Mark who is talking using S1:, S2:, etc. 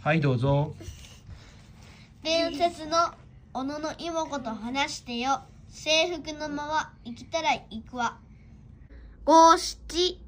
S1: はいどうぞ
S2: 伝説の小野の妹子と話してよ制服のまま生きたら行くわ五七